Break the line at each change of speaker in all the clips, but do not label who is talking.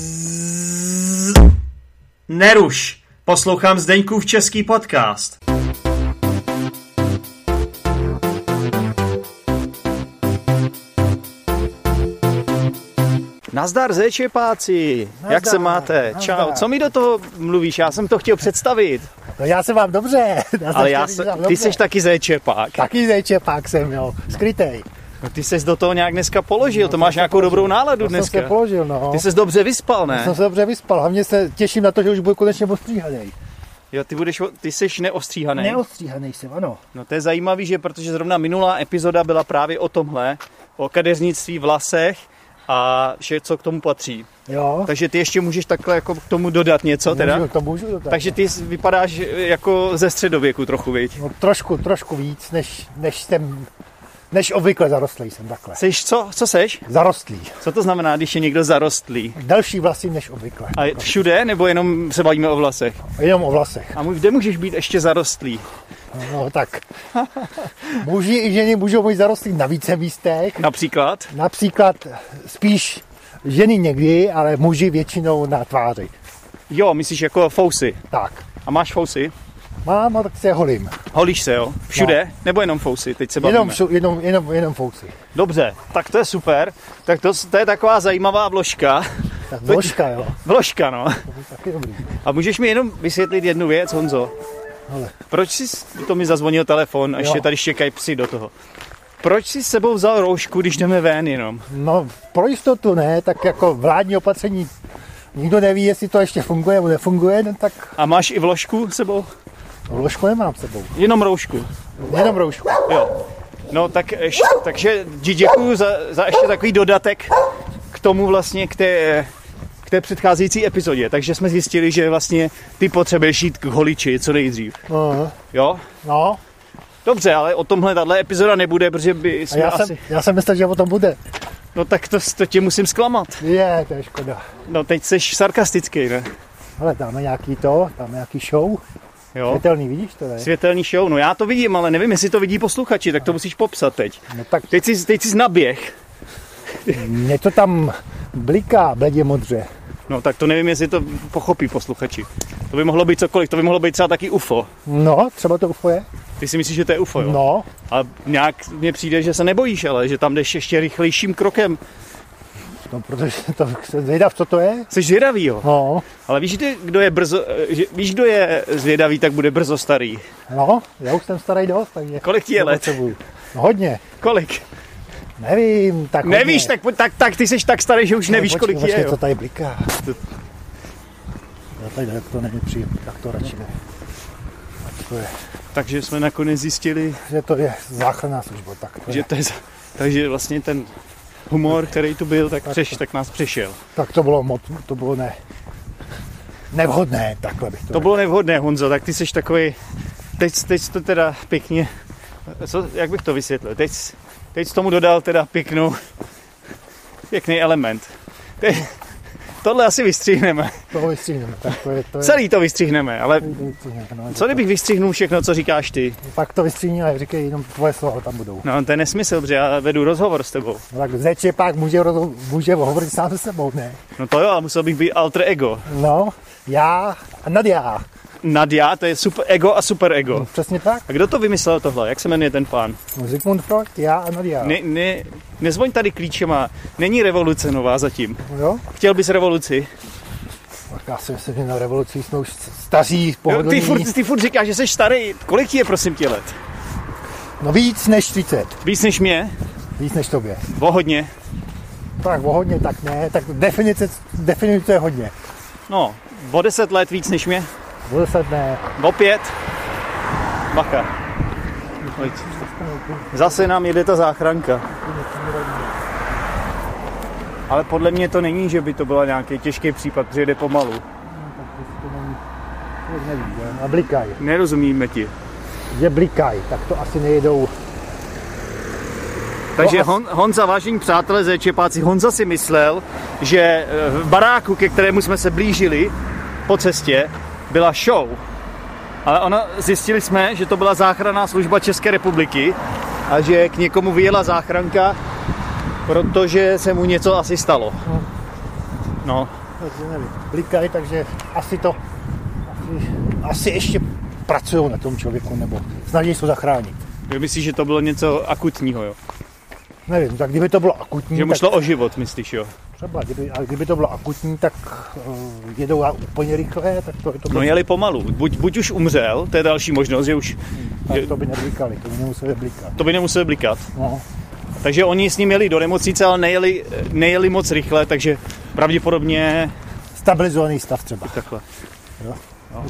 Z- Neruš, poslouchám Zdeňkův český podcast.
Nazdar řečepáci, jak se máte?
nazdar.
Čau, co mi do toho mluvíš? Já jsem to chtěl představit,
No já se vám dobře. Já
ale já se, ty jsi taky řečepák.
Taky zečepák jsem, jo. Skrytej.
No, ty jsi do toho nějak dneska
No,
položil, to máš nějakou dobrou náladu
Já jsem se
dneska.
položil, no.
Ty jsi dobře vyspal,
Já
ne?
jsem se dobře vyspal. Hlavně se těším na to, že už bude konečně ostříhaný.
Jo, ty, budeš, o- ty jsi neostříhaný.
Neostříhaný jsem, ano.
No to je zajímavý, že protože zrovna minulá epizoda byla právě o tomhle, o kadeřnictví v lasech a vše, co k tomu patří.
Jo.
Takže ty ještě můžeš takhle jako k tomu dodat něco teda?
Můžu, to můžu dodat.
Takže ty jsi- vypadáš jako ze středověku trochu, viď?
No, trošku, trošku víc, než, než jsem, než obvykle zarostlý jsem takhle.
Seš co? Co seš?
Zarostlý.
Co to znamená, když je někdo zarostlý?
Další vlasy než obvykle.
A všude, nebo jenom se bavíme o vlasech?
Jenom o vlasech.
A mu- kde můžeš být ještě zarostlý?
No tak. Muži i ženy můžou být zarostlí na více místech.
Například?
Například spíš ženy někdy, ale muži většinou na tváři.
Jo, myslíš jako fousy.
Tak,
A máš fousy?
mám a tak se holím.
Holíš se, jo? Všude? Nebo jenom fousy? Teď se bavíme.
No. Jenom, všu- jenom, jenom, jenom fousy.
Dobře, tak to je super. Tak to, to je taková zajímavá vložka.
Tak vložka, jo.
Vložka, no.
To je Taky dobrý.
A můžeš mi jenom vysvětlit jednu věc, Honzo?
Hele.
Proč jsi, to mi zazvonil telefon a ještě
Jo.
tady štěkají psi do toho. Proč jsi s sebou vzal roušku, když jdeme ven jenom?
No, pro jistotu ne, tak jako vládní opatření, nikdo neví, jestli to ještě funguje nebo nefunguje, no tak
A máš i vložku s sebou?
vložku nemám s sebou.
Jenom roušku.
Jenom roušku.
Jo. No tak, ještě, takže ti děkuju za, za ještě takový dodatek k tomu vlastně, k té, k té předcházející epizodě. Takže jsme zjistili, že vlastně ty potřebuješ jít k holiči co nejdřív.
No,
Jo?
No,
Dobře, ale o tomhle tahle epizoda nebude, protože by
a
jsme
já
asi...
jsem, já jsem myslel, že o tom bude.
No tak to, to tě musím zklamat.
Je, to je škoda.
No teď jsi sarkastický, ne?
Ale dáme nějaký to, dáme nějaký show.
Jo?
Světelný, vidíš to, ne?
Světelný show, no já to vidím, ale nevím, jestli to vidí posluchači, tak to musíš popsat teď.
No tak
Teď jsi, teď jsi naběh.
mě to tam bliká bledě modře.
No tak to nevím, jestli to pochopí posluchači. To by mohlo být cokoliv, to by mohlo být třeba taky UFO.
No, třeba to UFO je.
Ty si myslíš, že to je UFO, jo?
No,
A nějak mně přijde, že se nebojíš, ale že tam jdeš ještě rychlejším krokem.
no protože to jsem zvědav, co to je.
Jsi zvědavý, jo?
No,
Ale víš, kdy- kdo je brzo, eh, že- víš, kdo je zvědavý, tak bude brzo starý.
no, já už jsem starý dost, takže...
Kolik ti je let?
nepotřebuju. No, hodně,
Kolik?
nevím, tak hodně.
Nevíš, tak, pojď- tak, tak ty jsi tak starý, že už
No,
nevíš,
počkej,
kolik
počkej,
je, jo?
to tady bliká.
To-
Já tady tak to není příjem, tak to radši ne. Tak to je,
Takže jsme nakonec zjistili,
že to je záchranná služba, tak to,
že
je,
to je, za- takže vlastně ten humor, který tu byl, tak, přeš, tak nás přešel.
tak to bylo moc, to bylo ne, nevhodné, takhle bych to,
To
řekl.
bylo nevhodné, Honzo, tak ty jsi takový, teď, teď to teda pěkně, co, jak bych to vysvětlil, teď, teď jsi tomu dodal teda pěknou, pěkný element. Teď, tohle asi vystřihneme,
toho vystřihneme, tak to je, to je,
celý to vystřihneme, ale
to vystřihneme, no,
co kdybych vystřihnul všechno, co říkáš ty?
Pak to vystříhni a říkej, jenom tvoje slova tam budou.
No to je nesmysl, protože já vedu rozhovor s tebou.
No tak řečepák může, roz- může hovorit sám se sebou, ne?
No to jo, ale musel bych být alter ego.
No, já a nad já.
Nad já, to je super ego a super ego.
Přesně tak.
A kdo to vymyslel tohle? Jak se jmenuje ten pán?
Zygmunt Freud, já a nad já.
Ne, ne, nezvoň tady klíčema. Není revoluce nová zatím.
Jo?
Chtěl bys revoluci?
Tak já si myslím, že na revoluci jsme už staří,
Jo,
pohodlní.
ty, furt, ty furt říkáš, že jsi starý. Kolik ti je, prosím tě, let?
No víc než 30.
Víc než mě?
Víc než tobě.
O hodně.
Tak o hodně, tak ne. Tak definice, definice je hodně.
No, o deset let víc než mě?
Bude se ne.
O pět? Bacha. Pojď. Zase nám jede ta záchranka. Ale podle mě to není, že by to byl nějaký těžký případ, protože jede pomalu.
A blikaj.
Nerozumíme ti.
Je blikaj, tak to asi nejedou.
Takže
No a-
Hon, Honza, vážení přátelé ze Čepáci, Honza si myslel, že eh, v baráku, ke kterému jsme se blížili po cestě, byla show. Ale ona, zjistili jsme, že to byla záchranná služba České republiky a že k někomu vyjela záchranka protože se mu něco asi stalo. No,
takže nevím, blikají, takže asi to, asi, asi ještě pracují na tom člověku, nebo snaží se ho zachránit.
jo, myslíš, že to bylo něco akutního, jo?
Nevím, tak kdyby to bylo akutní,
Že mu
No tak
šlo o život, myslíš, jo?
třeba, kdyby, ale kdyby to bylo akutní, tak eh, jedou a úplně rychle, tak to, to, by,
No jeli pomalu. Buď, buď už umřel, to je další možnost, že už
tak to by neblikali, to by nemuseli blikat.
to by nemusel blikat.
No,
Takže oni s ním jeli do nemocnice, ale nejeli, nejeli moc rychle, takže pravděpodobně
stabilizovaný stav třeba.
takhle.
Jo.
No.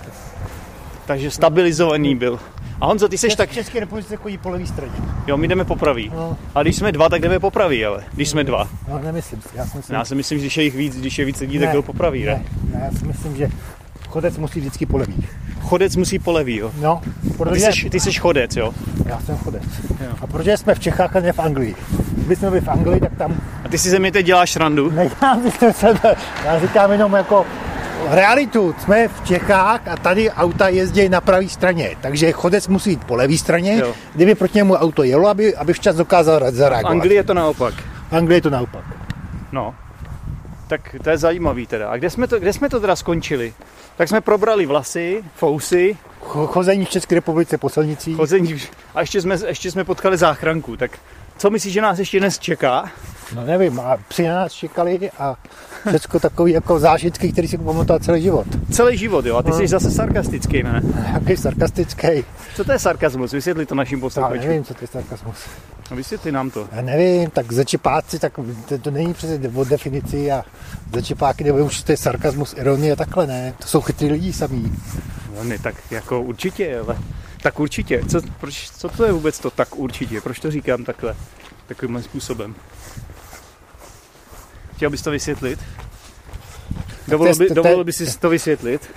Takže stabilizovaný byl. A Honzo, ty seš tak...
V České republice chodí po levé straně.
Jo, my jdeme popraví.
No.
A když jsme dva, tak jdeme popraví, ale. Když jsme dva.
No, nemyslím si, já si myslím,
Já si myslím, že když je jich víc, když je víc lidí, tak
Ne,
jdou popraví, ne?
ne, ne, já si myslím, že chodec musí vždycky po levý.
Chodec musí po levý, jo.
No,
Ty
protože
seš, ty seš chodec, jo.
já jsem chodec.
Jo.
A protože jsme v Čechách a ne v Anglii. Kdyby jsme byli v Anglii, tak tam
A ty si ze mě teď děláš randu.
nedělám si to sebe. Já říkám jenom jako realitu. Jsme v Čechách a tady auta jezdí na pravé straně, takže chodec musí jít po levé straně,
Jo.
kdyby proti němu auto jelo, aby, aby včas dokázal re-
V
zareagovat.
Anglii je to naopak.
v Anglii je to naopak.
No. Tak to je zajímavý teda. A kde jsme to, kde jsme to teda skončili? Tak jsme probrali vlasy, fousy,
Cho- Chození v České republice po silnicích.
chození a ještě jsme, ještě jsme potkali záchranku. Tak co myslíš, že nás ještě dnes čeká?
No nevím, a při nás čekali a všechno takový jako zážitky, který si pamatoval celý život.
Celý život, jo? A ty jsi zase sarkastický, ne?
Jaký sarkastický.
Co to je sarkazmus? Vysvětli to našim
Já
posluchačům.
nevím, co to je sarkasmus.
No, Vysvětli nám to.
Já nevím, tak začepáci, tak to, to není přece o definici a začepáky, nebo už to je sarkasmus, ironie, takhle ne. To jsou chytrý lidi samý.
No, ne, tak jako určitě, ale tak určitě. Co, proč, co to je vůbec to tak určitě? Proč to říkám takhle, takovýmhle způsobem? Chtěl bys to vysvětlit? Dovolil, by,
to je-
dovolil by si to vysvětlit?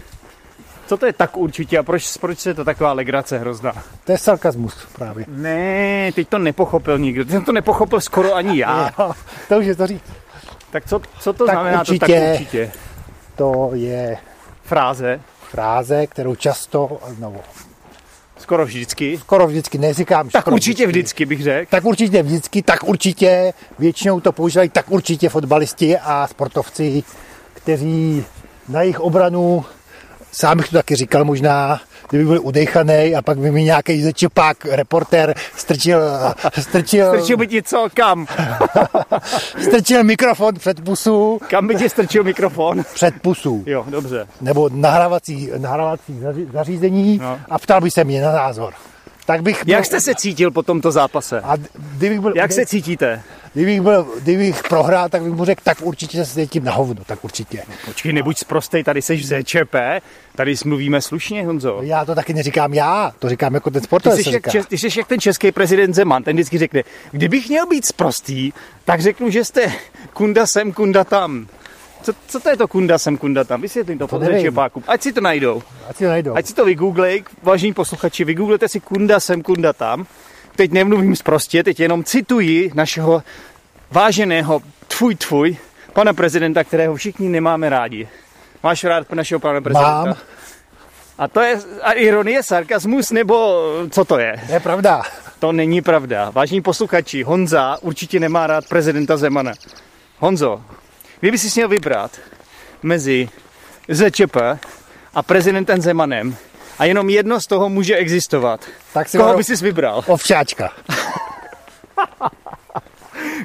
Co to je tak určitě a proč, proč je to taková legrace hrozná?
To je sarkasmus právě.
Ne, teď to nepochopil nikdo. Teď to nepochopil skoro ani já.
Jo, to už je to říct.
Tak co, co to
Tak
znamená to
určitě.
tak určitě?
To je
Fráze,
fráze, kterou často, no,
skoro vždycky.
skoro vždycky neříkám.
Tak
skoro
určitě vždycky bych řekl.
Tak určitě vždycky, tak určitě, většinou to používají tak určitě fotbalisti a sportovci, kteří na jejich obranu, sám bych to taky říkal možná, kdyby byl udechaný a pak by mi nějaký zečepák, reporter, strčil, strčil,
Strčil by ti co, kam?
strčil mikrofon před pusu,
Kam by ti strčil mikrofon?
před pusu,
Jo, dobře.
nebo nahrávací, nahrávací zaři- zařízení
No.
a ptal by se mě na názor. Tak bych byl-
Jak jste se cítil po tomto zápase?
a kdybych byl
Jak se cítíte?
Kdybych, byl, kdybych prohrál, tak bych mu řekl, tak určitě se cítím na hovno, tak určitě.
Počkej, nebuď sprostej, tady seš v ZČP, tady smluvíme slušně, Honzo.
Já to taky neříkám já, to říkám jako ten sportovec.
Ty jsi,
co
jak,
říká.
čes, ty jsi jak ten český prezident Zeman, ten vždycky řekne, kdybych měl být sprostý, tak řeknu, že jste kunda sem, kunda tam. Co, co to je to kunda sem, kunda tam? Vysvětlím to, to
nevím.
Čepákům. Ať si to najdou.
Ať si to najdou.
Ať si to vygooglej, vážení posluchači, vygooglete si kunda sem, kunda tam. Teď nemluvím zprostě, teď jenom cituji našeho váženého tvůj tvůj, pana prezidenta, kterého všichni nemáme rádi. Máš rád našeho pana prezidenta?
Mám.
A to je a ironie, sarkasmus, nebo co to je?
To je pravda.
To není pravda. Vážení posluchači, Honza určitě nemá rád prezidenta Zemana. Honzo, kdyby si měl vybrat mezi ZČP a prezidentem Zemanem a jenom jedno z toho může existovat,
Tak si
koho
varo-
by si vybral?
Ovčáčka.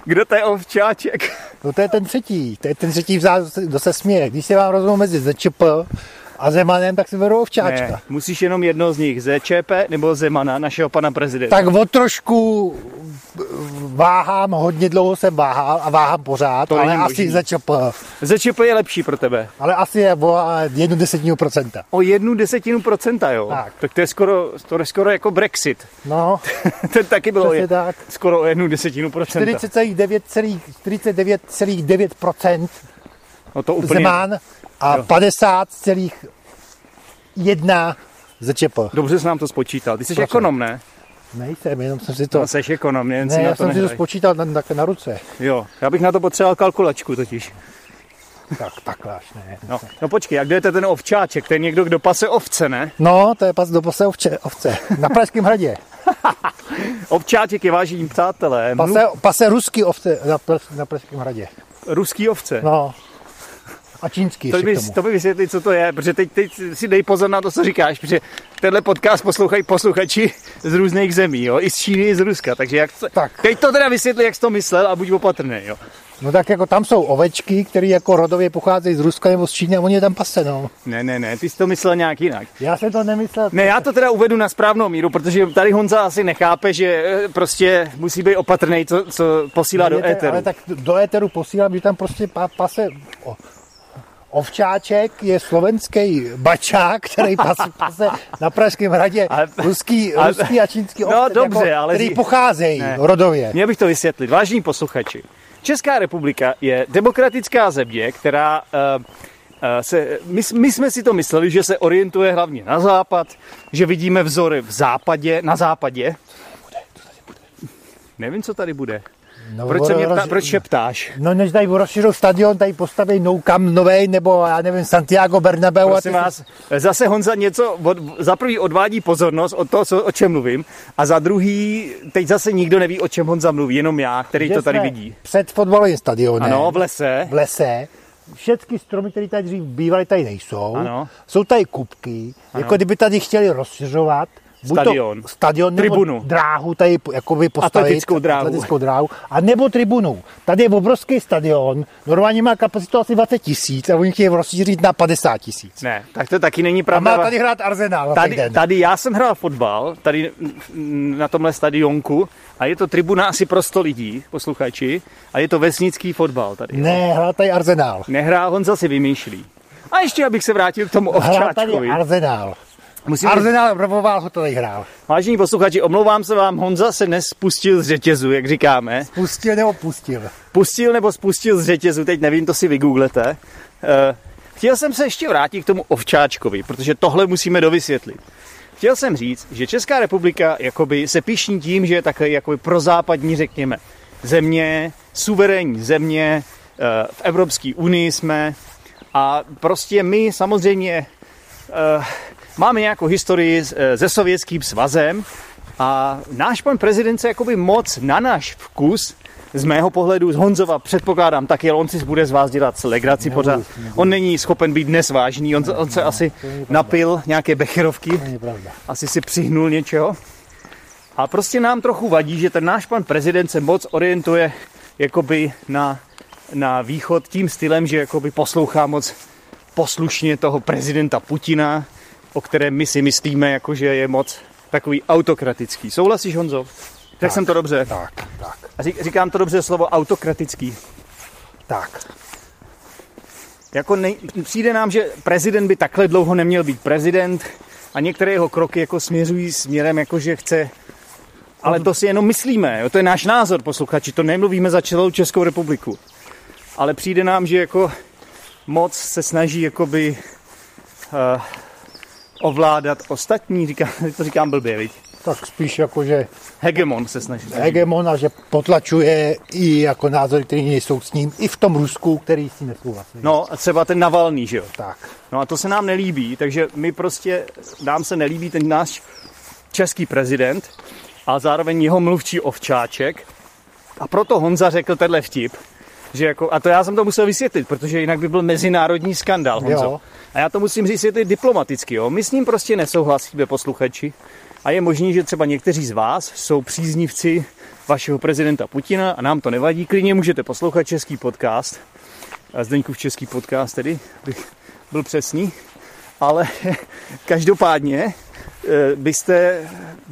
Kdo to je ovčáček?
No to je ten třetí, to je ten třetí vzát, kdo se směje. Když se vám rozumí mezi ZČP a Zemanem, tak si berou ovčáčka.
Ne, musíš jenom jedno z nich, ZČP nebo Zemana, našeho pana prezidenta.
Tak o trošku váhám, hodně dlouho jsem váhal a váhám pořád,
To
ale
není
asi
možný.
ZČP.
ZČP je lepší pro tebe.
Ale asi je o jednu desetinu procenta.
O jednu desetinu procenta, jo?
Tak.
tak to, je skoro, to je skoro jako Brexit.
No,
Ten taky bylo
Přesně
je,
tak.
skoro o jednu desetinu procenta.
49,9% 49,9%
No to úplně...
Zeman a 50,1 ZČP.
Dobře jsi nám to spočítal. Ty jsi
Proto.
ekonom, ne?
Nejsem, jenom jsem si
To.
to...
No, jsi ekonom, jen si
Ne,
na
já
to
jsem si to
nehraj.
spočítal na, na, na ruce.
Jo, já bych na to potřeboval kalkulačku totiž.
Tak, takhle až ne.
No, no počkej, a kde je ten ovčáček? To je někdo, kdo pase ovce, ne?
No, to je pas do pase ovce, ovce. Na Pražském hradě.
Ovčáček je vážení přátelé. Mluv...
Pase, pase ruský ovce na, Ples- na Pražském hradě.
Ruský ovce.
No. A čínský
To
ještě
by,
k tomu.
to by vysvětlit, co to je, protože teď, teď si dej pozor na to, co říkáš, protože tenhle podcast poslouchají posluchači z různých zemí, jo? i z Číny, i z Ruska, takže jak to,
Tak.
teď to teda vysvětli, jak jsi to myslel a buď opatrný, jo.
No tak jako tam jsou ovečky, které jako rodově pocházejí z Ruska nebo z Číny a oni je tam pase, no.
Ne, ne, ne, ty jsi to myslel nějak jinak.
Já jsem to nemyslel.
Ne, já to teda uvedu na správnou míru, protože tady Honza asi nechápe, že eh, prostě musí být opatrný, co, co posílá do
Mě te-
éteru.
Ale tak do éteru posílám, že tam prostě pa, pase o, ovčáček, je slovenský bačák, který pase, pase na Pražském hradě
Ale-
ruský,
ale-
ruský a čínský
No,
ovce,
dobře,
jako,
ale
který
zi-
pocházejí
Ne.
rodově.
Měl bych to vysvětlit. Vážení posluchači, Česká republika je demokratická země, která eh, eh, se, my, s- my jsme si to mysleli, že se orientuje hlavně na západ, že vidíme vzory v západě, na západě. Nevím, co tady bude.
No,
Proč se mě ptá,
roz-
proč se ptáš?
No než tady rozšířou stadion, tady postaví No Camp novej, nebo já nevím, Santiago Bernabeu.
Prosím vás, zase Honza něco, od, za prvý odvádí pozornost od toho, co, o čem mluvím, a za druhý, teď zase nikdo neví, o čem Honza mluví, jenom já, který to tady vidí.
Před fotbalovým stadionem.
Ano, v lese.
v lese. Všechny stromy, které tady dřív bývaly, tady nejsou.
Ano.
Jsou tady kupky, ano. jako kdyby tady chtěli rozšiřovat buď
Stadion.
To stadion
Tribunu.
nebo dráhu tady po- jakoby postavit.
Atletickou dráhu.
Atletickou dráhu. A nebo tribunu. Tady je obrovský stadion, normálně má kapacitu asi 20 tisíc a oni chtějí rozšířit na 50 tisíc.
Ne, tak to taky není
A
pravda.
má tady hrát Arsenal na ten
Tady,
den.
tady já jsem hrál fotbal, tady mm, na tomhle stadionku a je to tribuna asi pro 100 lidí, posluchači, a je to vesnický fotbal tady.
Ne, hrál tady Arsenal.
Nehrá, Honza si vymýšlí. A ještě, abych se vrátil k tomu
Hrál tady
ovčáčkovi.
Arsenal.
Musím říct,
Arsenal rovoval ho tady hrál.
vážení posluchači, omlouvám se vám, Honza se nespustil z řetězu, jak říkáme.
Pustil nebo pustil.
Pustil nebo spustil z řetězu, teď nevím, to si vygooglete. Eh, Chtěl jsem se ještě vrátit k tomu ovčáčkovi, protože tohle musíme dovysvětlit. Chtěl jsem říct, že Česká republika jakoby se pišní tím, že je takový jakoby prozápadní, řekněme, země, suverénní země, eh, v Evropské unii jsme a prostě my samozřejmě eh, máme nějakou historii s- eh, se sovětským svazem a náš pan prezident se jakoby moc na náš vkus z mého pohledu, z Honzova, předpokládám taky, ale on si bude z vás dělat legraci pořád. On není schopen být dnes vážný, on, on se asi napil nějaké becherovky,
To je pravda.
asi si přihnul něčeho. A prostě nám trochu vadí, že ten náš pan prezident se moc orientuje jakoby na, na východ tím stylem, že jakoby poslouchá moc poslušně toho prezidenta Putina, o kterém my si myslíme, jako že je moc takový autokratický. Souhlasíš, Honzo? Řekl jsem to dobře.
Tak, tak,
A řík- říkám to dobře slovo autokratický.
tak.
Jako nej, přijde nám, že prezident by takhle dlouho neměl být prezident a některé jeho kroky jako směřují směrem, jako že chce ale to si jenom myslíme, jo? to je náš názor, posluchači, to nemluvíme za celou Českou republiku. Ale přijde nám, že jako moc se snaží jakoby uh, ovládat ostatní, říkám, to říkám blbě, viď?
Tak spíš jako, že
Hegemon se snaží.
hegemona, že potlačuje i jako názory, které nejsou s ním, i v tom Rusku, který si nesouhlasí.
No, a třeba ten Navalný, že jo?
Tak.
No a to se nám nelíbí, takže my prostě, nám se nelíbí ten náš český prezident a zároveň jeho mluvčí ovčáček. A proto Honza řekl tenhle vtip, že jako, a to já jsem to musel vysvětlit, protože jinak by byl mezinárodní skandál, Honzo.
Jo.
A já to musím vysvětlit diplomaticky, jo. My s ním prostě nesouhlasíme, posluchači. A je možný, že třeba někteří z vás jsou příznivci vašeho prezidenta Putina a nám to nevadí. Klidně můžete poslouchat český podcast. A Zdeňkův český podcast tedy, bych byl přesný. Ale každopádně eh, byste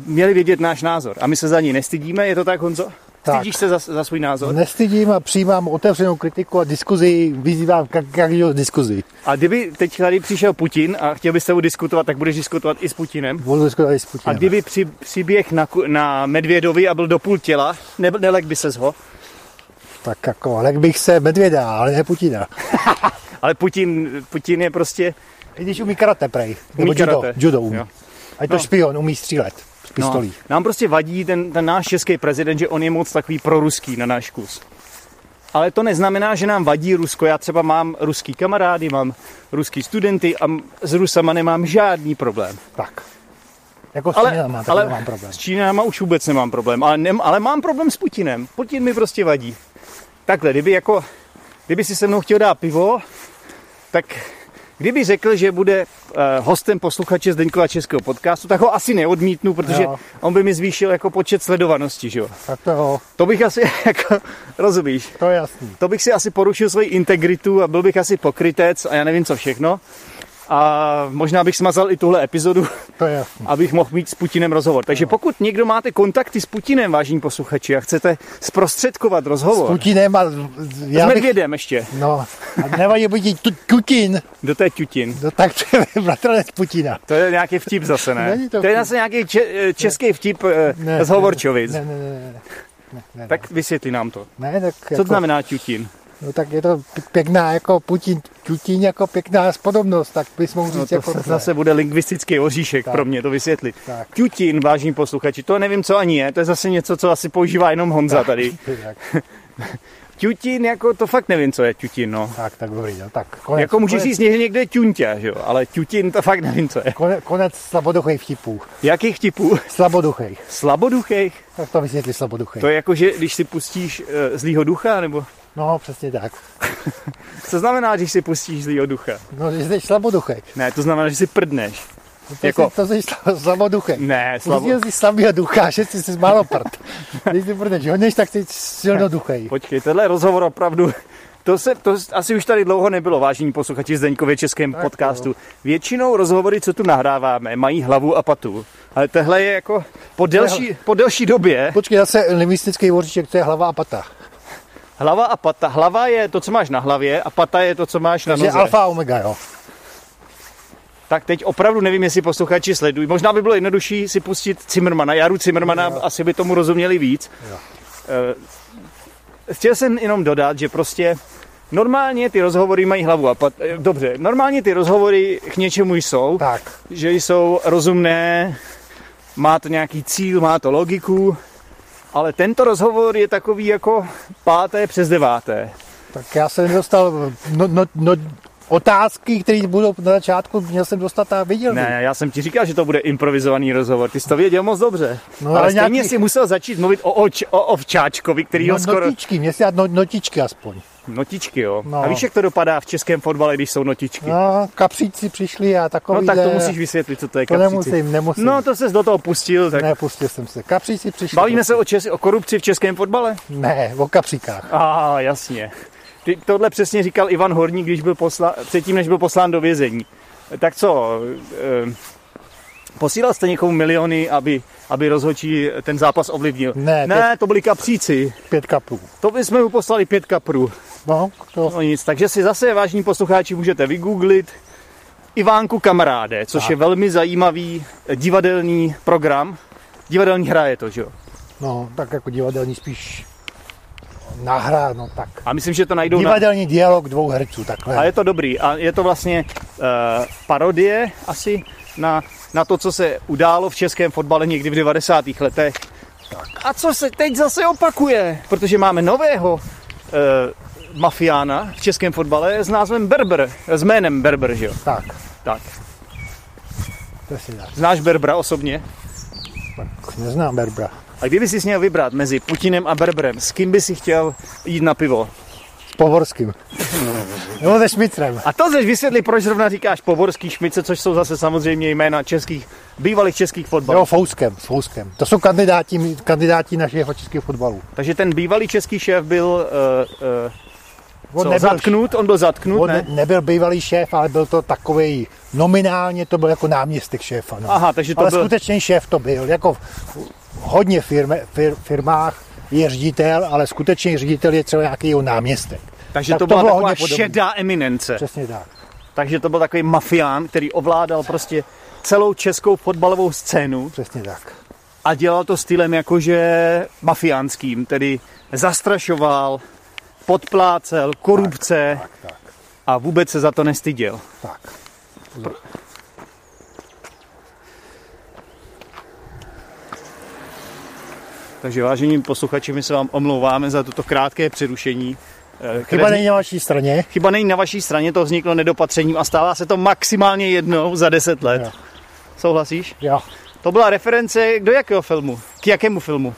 měli vědět náš názor. A my se za ní nestydíme, je to tak, Honzo?
Tak. No
Stydíš se za, za svůj názor?
Nestydím a přijímám otevřenou kritiku a diskuzi, vyzývám k každou diskuzi.
A kdyby teď tady přišel Putin a chtěl by s tebou diskutovat, tak budeš diskutovat i s Putinem?
Budu diskutovat i s
A
Putinem.
kdyby při, přiběh na, ku- na Medvědovi a byl do půl těla, ne, nelek by se ho,
Tak jako, ale jak bych se Medvěda, ale ne Putina.
ale Putin, Putin je prostě...
I když umí karate prej, nebo
umí
judo,
karate.
judo umí.
Jo.
A je to
No.
špion, umí střílet z pistolí.
No, nám prostě vadí ten, ten náš český prezident, že on je moc takový proruský na náš kus. Ale to neznamená, že nám vadí Rusko. Já třeba mám ruský kamarády, mám ruský studenty a m- s Rusama nemám žádný problém.
Tak. Jako s
ale,
Číňanama, ale...
ale
nemám problém.
s Číňanama už vůbec nemám problém, ale, nem, ale mám problém s Putinem. Putin mi prostě vadí. Takhle, kdyby jako, kdyby si se mnou chtěl dát pivo, tak kdyby řekl, že bude uh, hostem posluchače Zdeňkova českého podcastu, tak ho asi neodmítnu, protože
Jo.
on by mi zvýšil jako počet sledovanosti, že jo.
Tak to, jo,
To bych asi, jako, rozumíš,
to je jasný.
to bych si asi porušil svoji integritu a byl bych asi pokrytec a já nevím co všechno. A možná bych smazal i tuhle epizodu,
To je jasný.
abych mohl mít s Putinem rozhovor. Takže pokud někdo máte kontakty s Putinem, vážení posluchači, a chcete zprostředkovat
S
rozhovor,
Putinem a z-
s
já bych...
Medvědem ještě,
No, a nevadí by ti tu, Kutin,
do té tutin.
no tak to je bratranec Putina.
To je nějaký vtip zase, ne?
Není to
To je
vtip.
zase nějaký če- český vtip eh, z Hovorčovic.
Ne, ne, ne, ne, ne. ne, ne. Jako-
Tak vysvětli nám to.
ne, tak
Co to znamená tutin?
No tak je to p- pěkná, jako Putin, Putin jako pěkná podobnost, tak bychom mohl říct
No to
jako...
se zase bude lingvistický oříšek
Tak.
pro mě to vysvětlit.
Tak.
Tutin, vážní posluchači, to nevím, co ani je, to je zase něco, co asi používá jenom Honza tady.
Tak,
Tutin, jako to fakt nevím, co je tutin, no.
tak, tak dobrý, no, tak konec.
Jako můžeš
konec,
říct někde, někde je tuntě, že jo, ale tutin to fakt nevím, co je.
Konec, konec slaboduchej vtipů.
Jakých typů?
Slaboduchej.
Slaboduchých?
Tak to vysvětli slaboduchej.
To je jako, že když si pustíš e, zlýho ducha, nebo
No, přesně tak.
co znamená, když si pustíš zlýho ducha?
No, že jsi slaboduchej.
Ne, to znamená, že si prdneš.
No, To,
Jako-
jako... jsi, to jsi sla- slaboduchej.
Ne, slabo...
Pustil jsi slabýho ducha, že jsi si málo prd. Když ty prdeš hodněš, tak jsi silnoduchej.
Počkej, tenhle rozhovor opravdu... To, se, to asi už tady dlouho nebylo, vážení posluchači Zdeňkově českém tak
to
podcastu. Většinou rozhovory, co tu nahráváme, mají hlavu a patu. Ale tehle je jako po delší, po delší době.
Počkej, zase lingvistický voříček, to je hlava a pata.
Hlava a pata. Hlava je to, co máš na hlavě a pata je to, co máš na
Takže
noze.
alfa a omega, jo.
Tak teď opravdu nevím, jestli posluchači sledují. Možná by bylo jednodušší si pustit Cimrmana, Jaru Cimrmana,
Jo.
asi by tomu rozuměli víc.
Jo.
Eh, Chtěl jsem jenom dodat, že prostě normálně ty rozhovory mají hlavu a pat... eh, Dobře, normálně ty rozhovory k něčemu jsou,
Tak,
že jsou rozumné, má to nějaký cíl, má to logiku, ale tento rozhovor je takový jako páté přes deváté.
tak já jsem dostal no, no, no, otázky, které budou na začátku, měl jsem dostat a viděl. bych.
Ne, já jsem ti říkal, že to bude improvizovaný rozhovor. Ty jsi to věděl moc dobře. No,
No,
ale, ale
ale
stejně
nějaký-
si musel začít mluvit o, oč, o ovčáčkovi, který ho
no,
skoro...
Notičky, měl jsi dát no, notičky aspoň.
Notičky, jo. No.
No.
A víš, jak to dopadá v českém fotbale, když jsou notičky? No,
No, kapříci přišli a
no
takový.
tak to musíš vysvětlit, co to je
To
kapříci.
nemusím, nemusím.
No, to ses do toho pustil, tak... Ne.
Ne, pustil jsem se. Kapříci přišli.
Bavíme se o, čes, o korupci v českém fotbale?
Ne, o kapříkách.
A ah, jasně. Ty, tohle přesně říkal Ivan Horník, když byl posla, předtím, než byl poslán do vězení. Tak co, eh, posílal jste někomu miliony, aby, aby rozhodčí ten zápas ovlivnil?
Ne,
ne to byli kapříci.
Pět kaprů.
To by jsme mu poslali pět kaprů.
No, to,
No nic, takže si zase, vážní poslucháči, můžete vygooglit Ivánku kamaráde, což
Tak.
je velmi zajímavý eh, divadelní program. Divadelní hra je to, že jo?
no, tak jako divadelní spíš nahrá, no tak.
A myslím, že to najdou na...
Divadelní dialog dvou herců, takhle.
A je to dobrý. A je to vlastně uh, parodie asi na, na to, co se událo v českém fotbale někdy v 90. letech. A co se teď zase opakuje? Protože máme nového uh, mafiána v českém fotbale s názvem Berber. S jménem Berber, že jo?
Tak,
Tak.
to si dá.
Znáš Berbra osobně?
Tak, neznám Berbra.
A kdyby si měl vybrat mezi Putinem a Berberem, s kým by si chtěl jít na pivo?
S Povorským. Nebo se Šmicrem.
A to zase vysvětli, proč zrovna říkáš Povorský Šmice, což jsou zase samozřejmě jména českých, bývalých českých fotbalů.
Jo, Fouskem, s Fouskem. To jsou kandidáti, kandidáti našeho českého fotbalu.
Takže ten bývalý český šéf byl uh, uh, co,
nebyl
zatknut, on byl zatknut,
On ne?
ne?
nebyl bývalý šéf, ale byl to takový nominálně to byl jako náměstek šéfa. No.
Aha, takže to
ale
byl-
skutečný šéf to byl. Jako v hodně firme, fir, firmách je ředitel, ale skutečný ředitel je třeba nějaký jeho náměstek.
Takže
Tak
to
to
byla
bylo
taková
hodně podobný.
šedá eminence.
Přesně tak.
Takže to byl takový mafián, který ovládal prostě celou českou fotbalovou scénu
Přesně tak.
a dělal to stylem jakože mafiánským, tedy zastrašoval, podplácel, korupce
tak,
a vůbec se za to nestyděl.
Tak.
Takže vážení posluchači, my se vám omlouváme za toto krátké přerušení. eh, které
Chyba není na vaší straně.
Chyba není na vaší straně, to vzniklo nedopatřením a stává se to maximálně jednou za deset let.
Jo.
Souhlasíš?
Jo.
To byla reference do jakého filmu? K jakému filmu?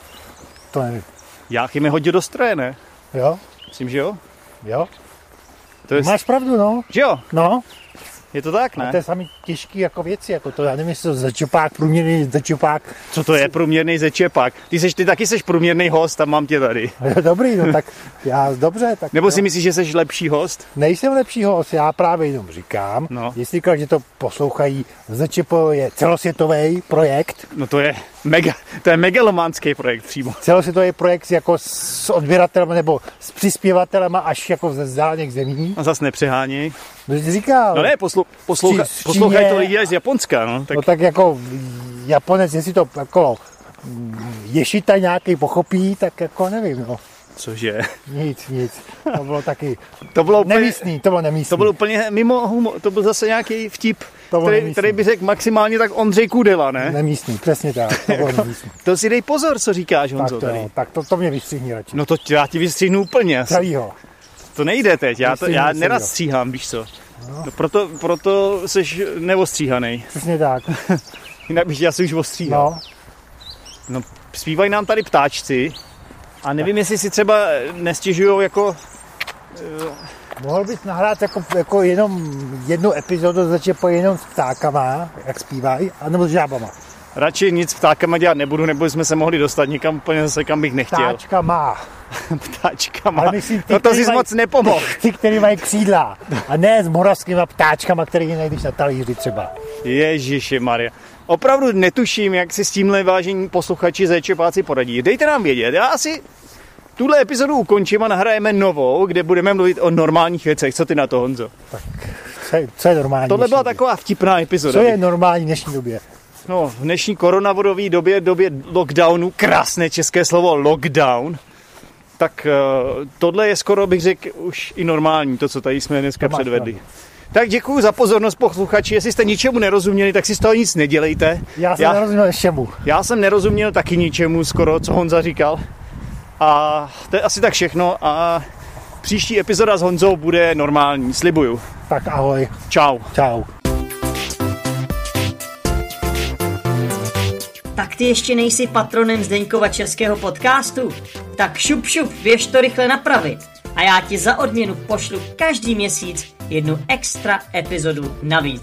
To nevím.
Jáchym je hodil do stroje, ne?
Jo?
Myslím, že jo?
Jo?
To je,
Máš pravdu, no.
že jo?
No,
Je to tak,
a
ne?
to je samý těžký jako věci, jako to, já nevím, jestli to začopák, průměrný začopák.
Co to je průměrný zečepak? Ty, seš, ty taky seš průměrný host a mám tě tady.
Dobrý, no tak já dobře, tak
Nebo
jo.
si myslíš, že jsi lepší host?
Nejsem lepší host, já právě jenom říkám,
No.
no. jestli říkal, že to poslouchají, ZČP je celosvětový projekt,
No to je mega, to je megalománský projekt přímo.
celosvětový projekt jako s odběratelem nebo s přispěvatelem až jako ze vzdálených zemí.
A zas nepřeháněj.
No, jsi říkal,
No ne, poslu, posloucha,
Z Čí- z
poslouchají to
Číně
lidi až z Japonska, no. Tak
no tak jako Japonec, jestli to jako mm, ješita nějaký pochopí, tak jako nevím, no.
cože.
Nic, nic. To bylo taky
To bylo úplně,
nemístný, to bylo nemístný.
to bylo úplně mimo humor, to byl zase nějaký vtip,
bylo
který,
nemístný.
který, by řekl maximálně tak Ondřej Kudela, ne?
nemístný, přesně tak, to bylo nemístný.
To si dej pozor, co říkáš,
tak,
Honzo,
to,
tady.
jo, tak to, to mě vystřihni radši.
No to tě- já ti vystřihnu úplně. asi.
Celýho.
To nejde teď, já, to,
Vystřihni,
já
vystřihni,
nerad
jo.
stříhám, víš co. No proto, proto jsi neostříhaný.
Přesně tak.
Jinak bych tě asi už ostříhal.
No,
No, zpívají nám tady ptáčci a nevím, jestli si třeba nestěžují jako...
mohl bys nahrát jako, jako jenom jednu epizodu, začít po jenom s ptákama, jak zpívají, anebo s žábama.
Radši nic s ptákama dělat nebudu, nebo jsme se mohli dostat někam úplně zase, kam bych nechtěl.
Ptáčka má.
Ptáčkama.
Ale myslím, ty,
no to
který
jsi
mají-
moc nepomohl.
Ty, který mají křídla. A ne s moravskýma ptáčkama, který najdeš na talíři třeba.
Ježiši Maria. Opravdu netuším, jak si s tímhle vážení posluchači zečepáci poradí. Dejte nám vědět, já asi tuhle epizodu ukončím a nahrajeme novou, kde budeme mluvit o normálních věcech. Co ty na to, Honzo?
Co je, co je normální?
Tohle
v
byla
dnešní
taková vtipná
době?
epizoda.
Co
bych
je normální v dnešní době?
No, v dnešní koronavirové době, době lockdownu, krásné české slovo lockdown, tak eh, tohle je skoro, bych řekl, už i normální, to, co tady jsme dneska
To máš
předvedli. Tak děkuji za pozornost posluchači. Jestli jste ničemu nerozuměli, tak si z toho nic nedělejte.
Já jsem
já,
nerozuměl všemu.
já jsem nerozuměl taky ničemu skoro, co Honza říkal. A to je asi tak všechno. A příští epizoda s Honzou bude normální, slibuju.
Tak ahoj,
Čau.
čau.
Tak ty ještě nejsi patronem Zdeňkova českého podcastu? Tak šup šup, běž to rychle napravit. A já ti za odměnu pošlu každý měsíc jednu extra epizodu navíc.